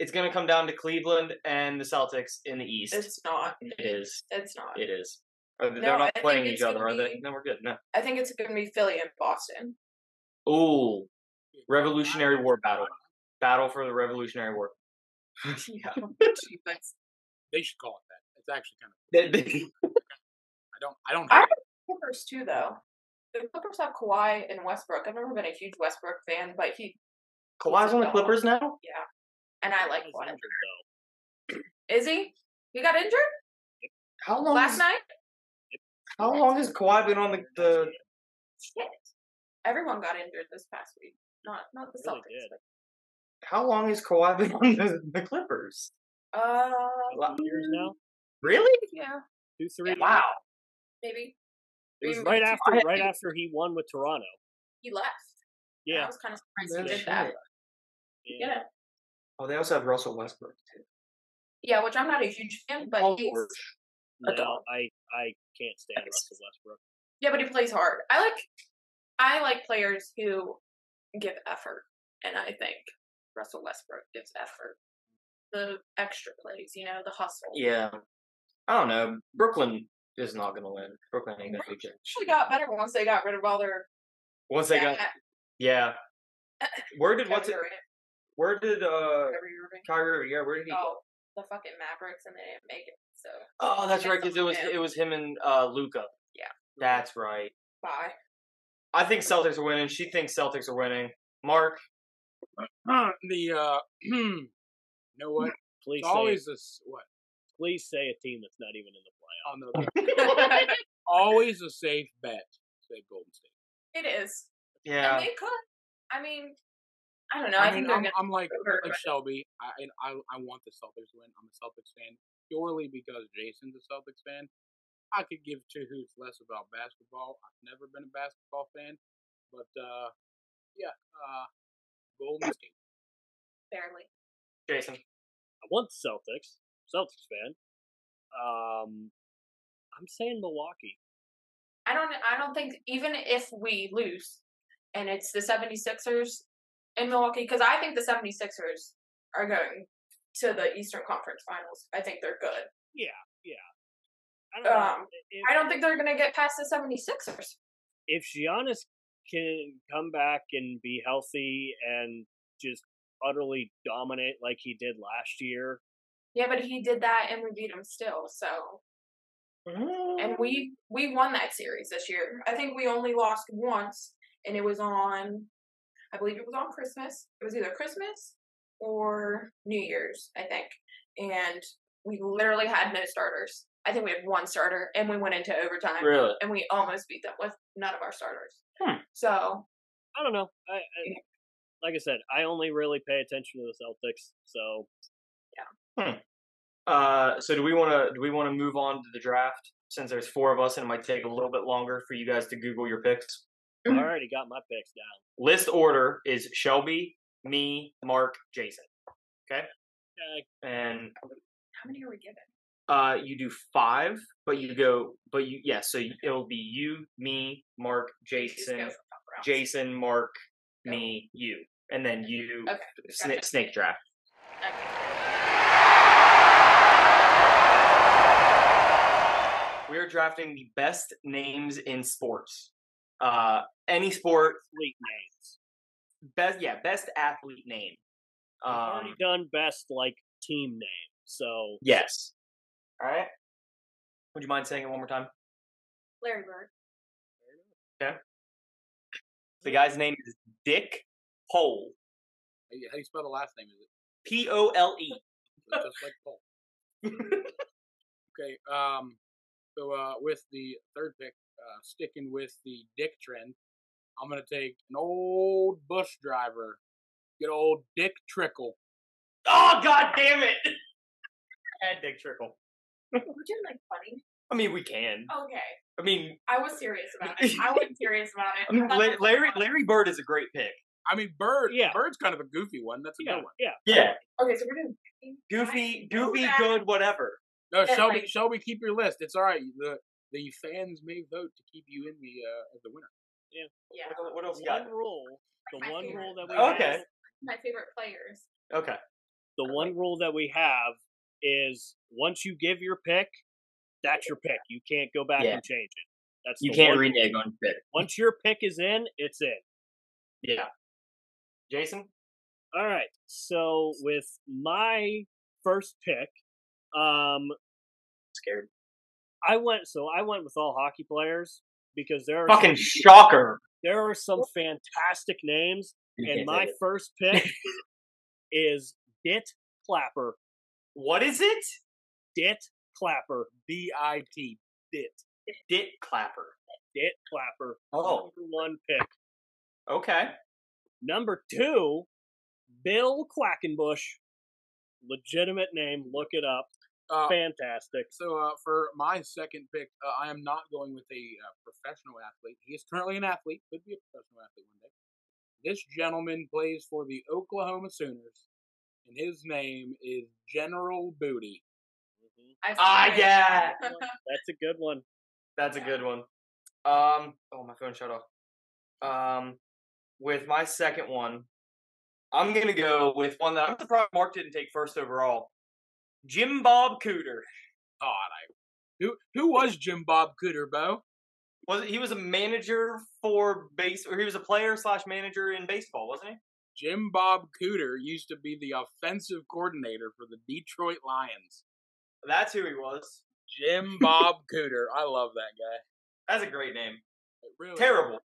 Speaker 1: it's going to come down to Cleveland and the Celtics in the East.
Speaker 3: It's not.
Speaker 1: It is.
Speaker 3: It's not.
Speaker 1: It is. Or They're
Speaker 3: No, I
Speaker 1: not
Speaker 3: think
Speaker 1: playing
Speaker 3: it's
Speaker 1: each other,
Speaker 3: gonna
Speaker 1: are they?
Speaker 3: be-
Speaker 1: No, we're good. No.
Speaker 3: I think it's going to be Philly and Boston.
Speaker 1: Ooh, Revolutionary War battle. battle for the Revolutionary War.
Speaker 3: Yeah. Jeepers.
Speaker 2: They should call it that. It's actually kind of.
Speaker 1: They- they-
Speaker 2: I don't. I don't.
Speaker 3: I-
Speaker 2: Hate it.
Speaker 3: Clippers too, though. The Clippers have Kawhi and Westbrook. I've never been a huge Westbrook fan, but he
Speaker 1: Kawhi's on the Clippers now.
Speaker 3: Yeah. and I like
Speaker 4: He's
Speaker 3: one.
Speaker 4: injured, though.
Speaker 3: Is he? He got injured
Speaker 1: How
Speaker 4: Oh,
Speaker 1: long?
Speaker 3: last
Speaker 1: is,
Speaker 3: night.
Speaker 1: How long has Kawhi been on the, the?
Speaker 3: Shit. Everyone got injured this past week. Not not the
Speaker 4: Really
Speaker 3: Celtics.
Speaker 4: did.
Speaker 3: but-
Speaker 1: How long has Kawhi been on the, the Clippers?
Speaker 3: Uh,
Speaker 4: Couple years now,
Speaker 1: Really?
Speaker 3: yeah,
Speaker 4: two, three.
Speaker 1: Wow.
Speaker 3: maybe
Speaker 4: It was
Speaker 3: Even
Speaker 4: right
Speaker 3: two-
Speaker 4: after,
Speaker 1: I-
Speaker 4: right after he won with Toronto.
Speaker 3: he left. I
Speaker 4: Yeah,
Speaker 3: was kind of surprised
Speaker 1: No
Speaker 3: he did
Speaker 1: shit.
Speaker 3: that.
Speaker 4: yeah.
Speaker 3: Yeah,
Speaker 1: Oh, they also have Russell Westbrook too.
Speaker 3: yeah, which I'm not a huge fan, but
Speaker 4: Paul
Speaker 3: he's,
Speaker 4: George.
Speaker 3: a
Speaker 4: No,
Speaker 3: dog.
Speaker 4: I I can't stand Russell Westbrook.
Speaker 3: yeah, but he plays hard. I like I like players who give effort, and I think Russell Westbrook gives effort. The extra plays, you know, the hustle.
Speaker 1: Yeah. I don't know. Brooklyn is not gonna win. Brooklyn ain't gonna do jack
Speaker 3: actually
Speaker 1: shit.
Speaker 3: got better once they got rid of all their.
Speaker 1: Once they got yeah. Where did what's it? Where did uh Kyrie? Irving- Yeah, where did he? go?
Speaker 3: Oh, the fucking Mavericks, and they didn't make it. So
Speaker 1: Oh, that's
Speaker 3: That's
Speaker 1: right. Because it was
Speaker 3: him.
Speaker 1: it was him and uh Luca.
Speaker 3: Yeah.
Speaker 1: That's right.
Speaker 3: bye.
Speaker 1: I think Celtics are winning. She thinks Celtics are winning. Mark,
Speaker 2: Huh, the uh, you know what?
Speaker 4: Please
Speaker 2: It's
Speaker 4: say,
Speaker 2: always this what
Speaker 4: please say a team that's not even in the playoffs.
Speaker 2: on the always a safe bet. Say Golden State.
Speaker 3: it is.
Speaker 1: yeah,
Speaker 3: And they could. I mean, I don't know. I,
Speaker 2: I
Speaker 3: think
Speaker 2: mean,
Speaker 3: they're
Speaker 2: I'm,
Speaker 3: gonna.
Speaker 2: I'm like
Speaker 3: over-
Speaker 2: like Shelby. I, and I I want the Celtics to win. I'm a Celtics fan purely because Jason's a Celtics fan. I could give two hoots less about basketball. I've never been a basketball fan, but uh, yeah, uh, Golden State.
Speaker 3: barely.
Speaker 1: Jason.
Speaker 4: I want the Celtics. Celtics fan. Um, I'm saying Milwaukee.
Speaker 3: I don't. I don't think even if we lose, and it's the 76ers in Milwaukee, because I think the 76ers are going to the Eastern Conference Finals. I think they're good.
Speaker 4: Yeah, yeah. I don't know.
Speaker 3: Um,
Speaker 4: If,
Speaker 3: I don't think they're gonna get past the 76ers.
Speaker 4: if Giannis can come back and be healthy and just utterly dominate like he did last year,
Speaker 3: Yeah, but he did that, and we beat him still. So, and we we won that series this year. I think we only lost once, and it was on. I believe it was on Christmas. It was either Christmas or New Year's, I think. And we literally had no starters. I think we had one starter, and we went into overtime,
Speaker 1: Really?
Speaker 3: and we almost beat them with none of our starters.
Speaker 1: Hmm.
Speaker 3: So
Speaker 4: I don't know. I, I
Speaker 3: Yeah.
Speaker 4: like I said, I only really pay attention to the Celtics, so
Speaker 1: Uh, so do we want to do we want to move on to the draft since there's four of us and it might take a little bit longer for you guys to Google your picks?
Speaker 3: Mm-hmm.
Speaker 4: I already got my picks down.
Speaker 1: List order is Shelby, me, Mark, Jason,
Speaker 4: Okay,
Speaker 1: and
Speaker 3: how many are we given?
Speaker 1: uh, you do five, but you go, but you yeah, so you, it'll be you, me, Mark,
Speaker 3: Just go
Speaker 1: Jason,
Speaker 3: for top rounds.
Speaker 1: Jason, Mark, me, you, and then you
Speaker 3: Okay,
Speaker 1: sna-
Speaker 3: gotcha.
Speaker 1: snake draft. We are drafting the best names in sports. Uh, any sport,
Speaker 4: fleet names.
Speaker 1: best yeah, best athlete name.
Speaker 4: We've already
Speaker 1: Um,
Speaker 4: done best like team name. So
Speaker 1: yes. All right. Would you mind saying it one more time?
Speaker 3: Larry Bird.
Speaker 1: The guy's name is Dick Pole.
Speaker 2: How you- how you spell the last name? Is it
Speaker 1: P O L E.
Speaker 2: It's just like Paul? okay. Um. So uh, with the third pick, uh, sticking with the dick trend, I'm gonna take an old bus driver, good old Dick Trickle.
Speaker 1: Oh God damn it! And Dick Trickle.
Speaker 3: Would you like funny?
Speaker 1: I mean, we can.
Speaker 3: Okay.
Speaker 1: I mean,
Speaker 3: I was serious about it. I was serious about it.
Speaker 1: I mean
Speaker 3: I thought
Speaker 1: La-
Speaker 3: it was
Speaker 1: Larry
Speaker 3: fun.
Speaker 1: Larry Bird is a great pick.
Speaker 2: I mean, Bird.
Speaker 4: Yeah.
Speaker 2: Bird's kind of a goofy one. That's a
Speaker 4: yeah,
Speaker 2: good one.
Speaker 4: yeah.
Speaker 1: Yeah,
Speaker 3: Okay, so we're doing
Speaker 1: goofy,
Speaker 3: I know
Speaker 1: goofy,
Speaker 3: that.
Speaker 1: good, whatever.
Speaker 2: No,
Speaker 3: Yeah,
Speaker 2: Shelby.
Speaker 3: like-
Speaker 2: Shelby, keep your list. It's all right. The the fans may vote to keep you in the uh, as the winner.
Speaker 3: Yeah,
Speaker 1: What el- What else you
Speaker 4: One
Speaker 1: got?
Speaker 4: rule.
Speaker 3: My
Speaker 4: The one
Speaker 3: favorite.
Speaker 4: rule that we
Speaker 1: Okay.
Speaker 4: have,
Speaker 3: my favorite players.
Speaker 1: Okay.
Speaker 4: the one rule that we have is once you give your pick, that's your pick. You can't go back
Speaker 1: Yeah.
Speaker 4: and change it. That's
Speaker 1: You
Speaker 4: the
Speaker 1: can't
Speaker 4: one-
Speaker 1: renege on pick.
Speaker 4: Once your pick is in, it's in.
Speaker 1: Yeah. Jason?
Speaker 4: All right. So with my first pick, um,
Speaker 1: Scared.
Speaker 4: I went so I went with all hockey players because there are
Speaker 1: Fucking
Speaker 4: some,
Speaker 1: shocker.
Speaker 4: there are some fantastic names,
Speaker 1: You
Speaker 4: and
Speaker 1: can't
Speaker 4: my
Speaker 1: take it.
Speaker 4: first pick is Dit Clapper.
Speaker 1: What is it?
Speaker 4: Dit Clapper.
Speaker 2: D I T.
Speaker 4: Dit.
Speaker 1: Dit Clapper.
Speaker 4: Dit Clapper.
Speaker 1: Oh.
Speaker 4: Number one pick.
Speaker 1: Okay.
Speaker 4: Number two, Bill Quackenbush. Legitimate name. Look it up.
Speaker 2: Uh,
Speaker 4: Fantastic.
Speaker 2: so uh, for my second pick, uh, I am not going with a uh, professional athlete. He is currently an athlete, could be a professional athlete one day. This gentleman plays for the Oklahoma Sooners, and his name is General Booty.
Speaker 4: Mhm.
Speaker 3: I've
Speaker 1: Ah,
Speaker 3: seen it.
Speaker 1: yeah.
Speaker 4: That's a good one.
Speaker 1: That's a good one. Um, oh, my phone shut off. Um, with my second one, I'm gonna go with one that I'm surprised Mark didn't take first overall. Jim Bob Cooter
Speaker 2: God, I who who was Jim Bob Cooterbo?
Speaker 1: was he was a manager for base or he was a player slash manager in baseball, wasn't he?
Speaker 2: Jim Bob Cooter used to be the offensive coordinator for the Detroit Lions.
Speaker 1: That's who he was.
Speaker 2: Jim Bob Cooter, I love that guy.
Speaker 1: That's a great name.
Speaker 2: It really
Speaker 1: Terrible.
Speaker 2: is.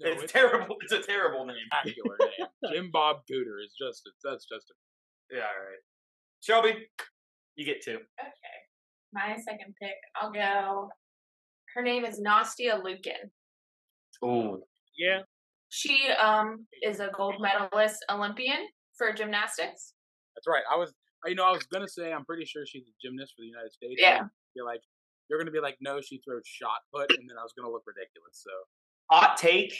Speaker 2: No,
Speaker 1: It's terrible. It's a terrible name.
Speaker 2: spectacular name. Jim Bob Cooter is just a, that's just a
Speaker 1: Yeah, all right. Shelby, you get two.
Speaker 3: Okay. My second pick, I'll go. Her name is Nastia Lukin.
Speaker 1: Ooh.
Speaker 4: Yeah.
Speaker 3: She um is a gold medalist Olympian for gymnastics.
Speaker 2: that's right. I was you know I was gonna say I'm pretty sure she's a gymnast for the United States.
Speaker 3: Yeah.
Speaker 2: You're like you're gonna be like no she throws shot put and then I was gonna look ridiculous. So
Speaker 1: Hot take.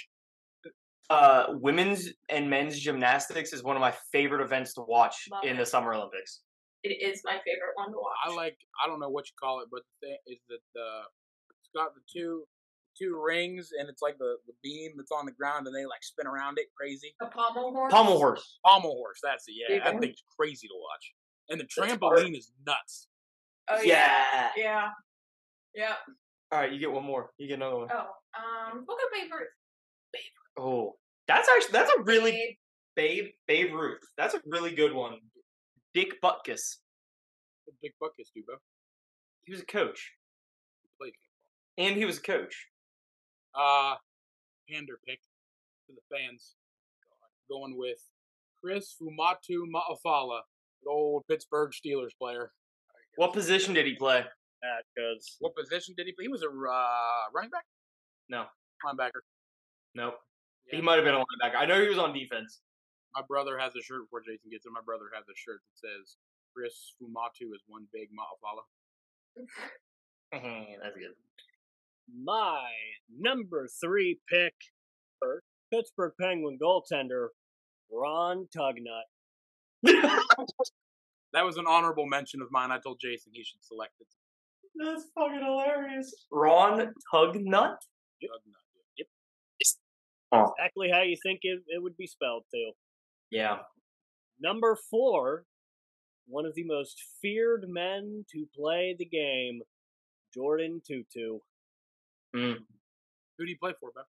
Speaker 1: Uh, women's and men's gymnastics is one of my favorite events to watch
Speaker 3: Love
Speaker 1: in
Speaker 3: it.
Speaker 1: the Summer Olympics.
Speaker 3: It is my favorite one to watch.
Speaker 2: I like I don't know what you call it, but the thing is that the it's got the two two rings and it's like the, the beam that's on the ground and they like spin around it crazy.
Speaker 3: the pommel horse.
Speaker 1: Pommel horse.
Speaker 2: Pommel horse, that's it. Yeah,
Speaker 3: Yeah.
Speaker 2: that thing's crazy to watch. And the
Speaker 1: That's
Speaker 2: trampoline is nuts.
Speaker 3: Oh yeah. Yeah. Yeah.
Speaker 1: All right, you get one more. You get another one.
Speaker 3: Oh, um, look at Babe Ruth.
Speaker 1: Oh, that's actually that's a really
Speaker 3: Babe.
Speaker 1: Babe Babe Ruth. That's a really good one. Dick Butkus.
Speaker 2: The big buckets, Dubo.
Speaker 1: He was a coach,
Speaker 2: Like
Speaker 1: and he was a coach.
Speaker 2: uh pander pick to the fans. Going with Chris Fumatu Maafala, the old Pittsburgh Steelers player.
Speaker 1: What position did he play?
Speaker 4: Because
Speaker 2: What position did he play? He was a uh, running back?
Speaker 1: No.
Speaker 2: Linebacker.
Speaker 1: Nope.
Speaker 2: Yeah.
Speaker 1: He might have been a linebacker. I know he was on defense.
Speaker 2: My brother has a shirt before Jason gets it. My brother has a shirt that says Chris Fumatu is one big Maafala.
Speaker 1: that's good.
Speaker 4: my number three pick, er, Pittsburgh Penguin goaltender Ron Tugnut.
Speaker 2: That was an honorable mention of mine. I told Jason he should select it.
Speaker 1: That's fucking hilarious. Ron Tugnut.
Speaker 2: Doug Nutt.
Speaker 4: Exactly how you think it, it would be spelled too.
Speaker 1: Yeah.
Speaker 4: Number four, one of the most feared men to play the game, Jordan Tutu.
Speaker 2: Who do you play for, bro?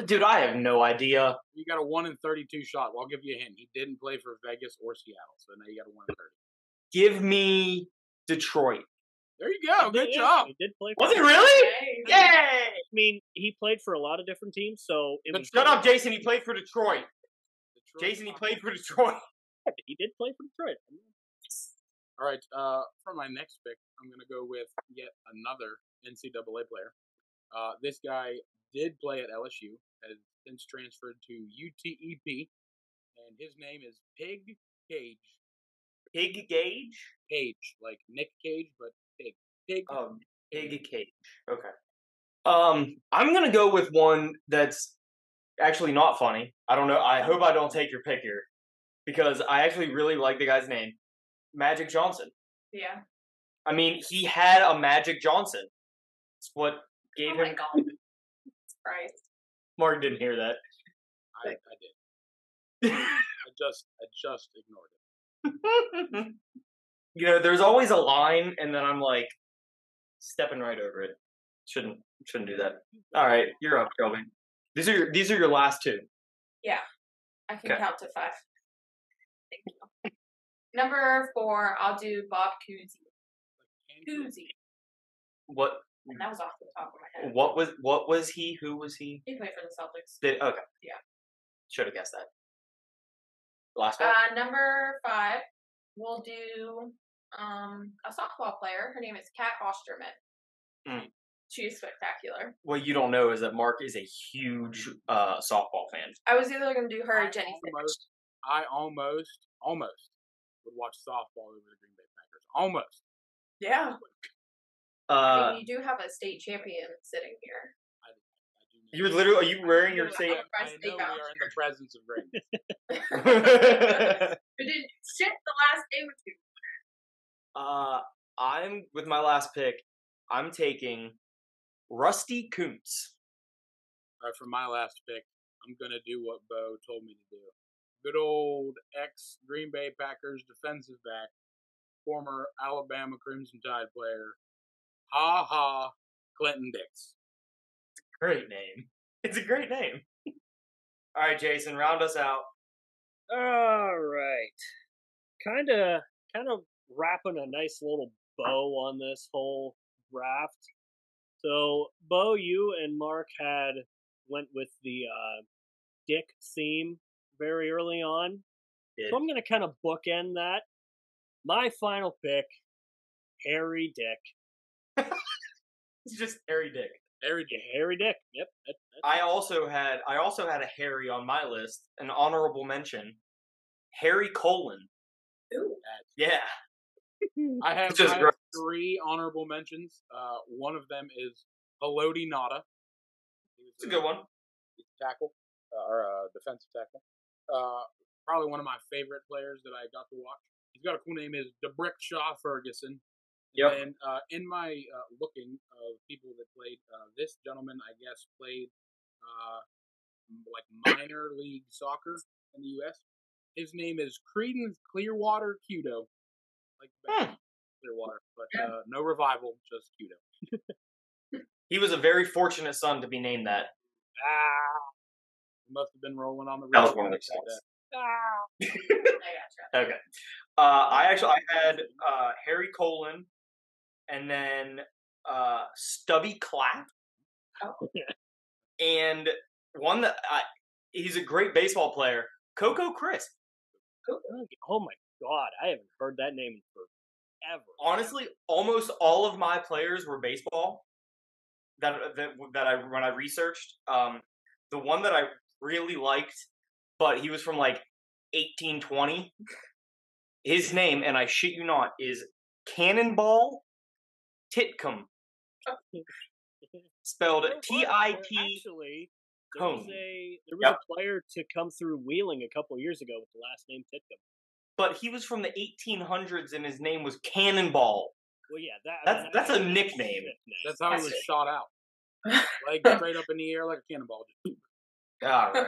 Speaker 1: Mm. Dude, I have no idea.
Speaker 2: You got a one in thirty-two shot. Well, I'll give you a hint. He didn't play for Vegas or Seattle, so now you got a one in thirty.
Speaker 1: Give me Detroit.
Speaker 2: There you go. Oh,
Speaker 4: The
Speaker 2: Good
Speaker 4: thing is,
Speaker 2: job.
Speaker 4: He did play.
Speaker 1: Was
Speaker 4: for-
Speaker 1: it really?
Speaker 3: Hey.
Speaker 1: Yay!
Speaker 4: I mean, he played for a lot of different teams, so it was
Speaker 1: Shut up, Jason. He played for Detroit.
Speaker 2: Detroit
Speaker 1: Jason, he
Speaker 2: Lions.
Speaker 1: played for Detroit.
Speaker 4: He did play for Detroit.
Speaker 2: All right. Uh, for my next pick, I'm gonna go with yet another NCAA player. Uh, this guy did play at LSU, has since transferred to UTEP, and his name is Pig Cage.
Speaker 1: Pig Gage?
Speaker 2: Cage, like Nick Cage, but Pig. Pig.
Speaker 1: Um, Pig Cage. Okay. Um, I'm gonna go with one that's actually not funny. I don't know. I hope I don't take your pick here because I actually really like the guy's name, Magic Johnson.
Speaker 3: Yeah. Oh
Speaker 1: I mean, he had a Magic Johnson. It's what gave
Speaker 3: Oh my
Speaker 1: him.
Speaker 3: god. Christ.
Speaker 1: Mark didn't hear that.
Speaker 2: I, I did. I just, I just ignored it.
Speaker 1: you know, there's always a line, and then I'm like stepping right over it. Shouldn't shouldn't do that. All right, you're up, Shelby. These are your, these are your last two.
Speaker 3: I can
Speaker 1: Okay.
Speaker 3: count to five. Thank you. Number four, I'll do Bob Cousy.
Speaker 2: Andrew-
Speaker 3: Cousy.
Speaker 1: What
Speaker 3: And that was off the top of my head.
Speaker 1: what was what was he? Who was he?
Speaker 3: He played for the Celtics.
Speaker 1: Did, okay.
Speaker 3: Yeah.
Speaker 1: Should have guessed that. Last one.
Speaker 3: Uh, number five, we'll do um, a softball player. Her name is Kat Osterman.
Speaker 1: Mm.
Speaker 3: She's spectacular.
Speaker 1: What you don't know is that Mark is a huge uh, softball fan.
Speaker 3: I was either going to do her or
Speaker 2: I
Speaker 3: Jenny Finch.
Speaker 2: almost, I almost, almost would watch softball over the Green Bay Packers. Almost.
Speaker 3: Yeah. I
Speaker 1: Uh,
Speaker 3: mean, you do have a state champion sitting here.
Speaker 2: I do know-
Speaker 1: you're literally are you wearing your
Speaker 2: I-
Speaker 1: state?
Speaker 2: I, I know we are in the presence of rain.
Speaker 1: uh,
Speaker 3: We did shit the last game or two.
Speaker 1: uh, I'm with my last pick. I'm taking Rusty Kuntz.
Speaker 2: All right, uh, for my last pick, I'm gonna do what Bo told me to do. Good old ex Green Bay Packers defensive back, former Alabama Crimson Tide player, ha ha, Clinton Dix.
Speaker 1: Great name. It's a great name. All right, Jason, round us out.
Speaker 4: All right. Kind of kind of wrapping a nice little bow on this whole draft. So, Bo, you and Mark had went with the uh, dick theme very early on. So I'm going to kind of bookend that. My final pick, Harry Dick.
Speaker 1: It's just hairy dick.
Speaker 2: Every
Speaker 4: Yeah,
Speaker 2: day.
Speaker 4: Harry Dick. Yep. that- that's-
Speaker 1: I also had I also had a Harry on my list, an honorable mention. Harry Colon.
Speaker 3: Ooh.
Speaker 1: Yeah.
Speaker 2: I have,
Speaker 1: It's just
Speaker 2: I have
Speaker 1: gross.
Speaker 2: three honorable mentions. Uh, one of them is Haloti Nada.
Speaker 1: It's a good one.
Speaker 2: tackle uh, or uh, defensive tackle. Uh, probably one of my favorite players that I got to watch. He's got a cool name is Debrick Shaw Ferguson.
Speaker 1: Yep.
Speaker 2: And uh, in my uh, looking of people that played, uh, this gentleman I guess played uh, m- like minor league soccer in the U.S. His name is Creedence Clearwater Cudo, like
Speaker 1: Hmm.
Speaker 2: Clearwater, but uh, no revival, just Cudo.
Speaker 1: He was a very fortunate son to be named that.
Speaker 2: Ah, he must have been rolling on the.
Speaker 1: That was
Speaker 2: river
Speaker 1: one of
Speaker 2: when
Speaker 1: the
Speaker 2: he said
Speaker 1: shots.
Speaker 2: that. Ah.
Speaker 3: I gotcha.
Speaker 1: Okay. Uh, I actually I had uh, Harry Colon, and then uh, Stubby Clapp,
Speaker 3: Oh.
Speaker 1: and one that I, he's a great baseball player, Coco Crisp.
Speaker 4: Oh my god, I haven't heard that name in forever.
Speaker 1: Honestly, almost all of my players were baseball. That uh, that that I when I researched, um, the one that I really liked, but he was from like 1820. His name, and I shit you not, is Cannonball Titcomb, spelled
Speaker 4: There was-
Speaker 1: T
Speaker 4: there
Speaker 1: I T.
Speaker 4: Actually, there was
Speaker 1: Cone.
Speaker 4: a there was a player to come through Wheeling a couple years ago with the last name Titcomb.
Speaker 1: But he was from the 1800s, and his name was Cannonball.
Speaker 4: Well, yeah, that I
Speaker 1: That's-
Speaker 4: mean,
Speaker 1: that's a
Speaker 4: actually
Speaker 1: nickname.
Speaker 4: Smith name.
Speaker 2: That's how he
Speaker 3: That's
Speaker 2: was
Speaker 3: it.
Speaker 2: shot out. Like straight up in the air like a cannonball.
Speaker 1: All right,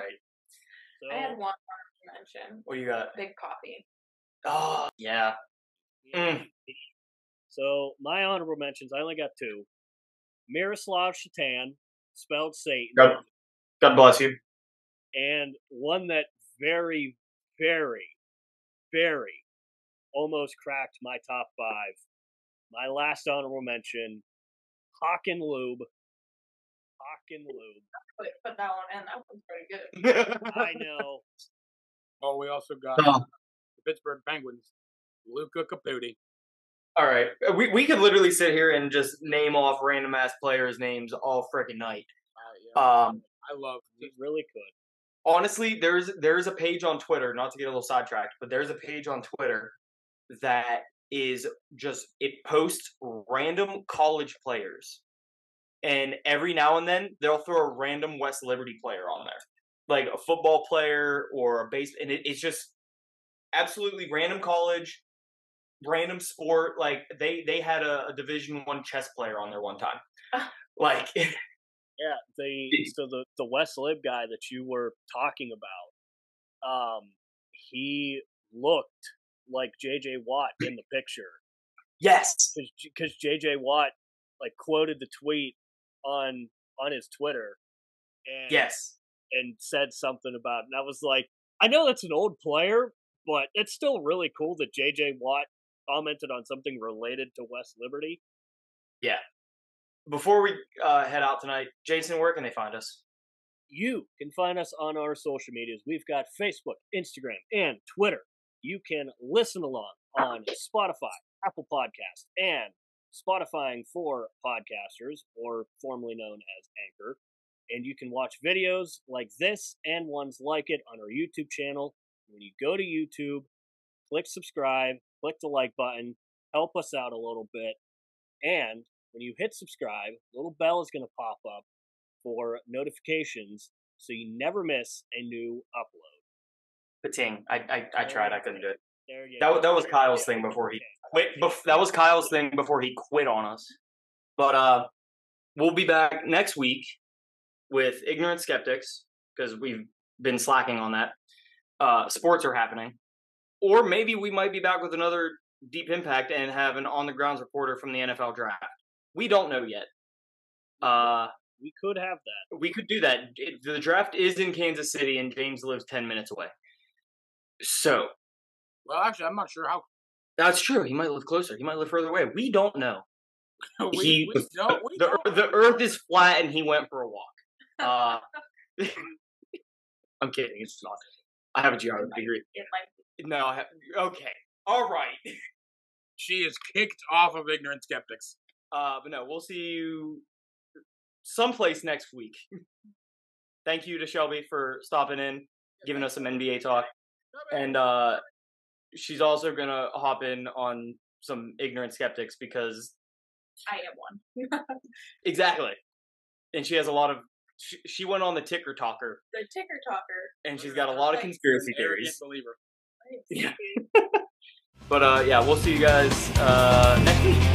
Speaker 4: So,
Speaker 3: I had one honorable mention.
Speaker 1: what you got?
Speaker 3: Big Poppy.
Speaker 1: Oh yeah,
Speaker 4: yeah.
Speaker 1: Mm.
Speaker 4: so my honorable mentions, I only got two: Miroslav Shatan, spelled Satan,
Speaker 1: God, God bless you.
Speaker 4: and one that very, very, very almost cracked my top five. My last honorable mention: Hawk and Lube. Hawk and Lube.
Speaker 3: Put, put that one in. That one's pretty good.
Speaker 4: I know.
Speaker 2: Oh, we also got
Speaker 1: Oh.
Speaker 2: the Pittsburgh Penguins, Luca Caputi.
Speaker 1: All right, we we could literally sit here and just name off random ass players' names all frickin' night.
Speaker 2: Uh, yeah,
Speaker 1: Um,
Speaker 2: I love
Speaker 4: You really could.
Speaker 1: honestly, there's there's a page on Twitter. Not to get a little sidetracked, but there's a page on Twitter that is just it posts random college players, and every now and then they'll throw a random West Liberty player on there, like a football player or a base, and it, it's just absolutely random college, random sport. Like they they had a, a Division One chess player on there one time, like.
Speaker 4: Yeah, the
Speaker 1: Jeez.
Speaker 4: so the the West Lib guy that you were talking about, um, he looked like JJ Watt in the picture
Speaker 1: Yes,
Speaker 4: because JJ Watt like quoted the tweet on on his Twitter and
Speaker 1: yes.
Speaker 4: and said something about it. and I was like, I know that's an old player, but it's still really cool that JJ Watt commented on something related to West Liberty.
Speaker 1: before we uh, head out tonight, Jason, where can they find us?
Speaker 4: You can find us on our social medias. We've got Facebook, Instagram, and Twitter. You can listen along on Spotify, Apple Podcast, and Spotifying for podcasters, or formerly known as Anchor. And you can watch videos like this and ones like it on our YouTube channel. When you go to YouTube, click subscribe, click the like button, help us out a little bit. And when you hit subscribe, little bell is going to pop up for notifications so you never miss a new upload.
Speaker 1: Pating. I, I I tried. I couldn't do it.
Speaker 4: There you
Speaker 1: That
Speaker 4: go.
Speaker 1: wa- that was Kyle's thing before he- Quit. Bef- that was Kyle's thing before he quit on us. But uh, we'll be back next week with ignorant skeptics because we've been slacking on that. Uh, sports are happening, or maybe we might be back with another deep impact and have an on the grounds reporter from the NFL draft. We don't know yet. Uh,
Speaker 4: We could have that.
Speaker 1: we could do that. It- The draft is in Kansas City, and James lives ten minutes away. So
Speaker 2: Well, actually, I'm not sure how.
Speaker 1: that's true. He might live closer. He might live further away. We don't know.
Speaker 2: We,
Speaker 1: He-
Speaker 2: we don't. We
Speaker 1: the,
Speaker 2: don't.
Speaker 1: the earth is flat and he went for a walk. Uh, I'm kidding. It's not. I have a geography degree.
Speaker 3: It might be
Speaker 1: No, I have, okay. All right.
Speaker 2: She is kicked off of ignorant skeptics.
Speaker 1: Uh, but no, we'll see you someplace next week. Thank you to Shelby for stopping in, giving us some NBA talk. And uh, she's also going to hop in on some ignorant skeptics because
Speaker 3: I am one.
Speaker 1: exactly. And she has a lot of, she, she went on the ticker talker
Speaker 3: The ticker talker.
Speaker 1: and she's got a lot of
Speaker 3: Thanks.
Speaker 1: conspiracy
Speaker 2: arrogant
Speaker 1: theories.
Speaker 2: believer.
Speaker 1: But uh, yeah, we'll see you guys uh, next week.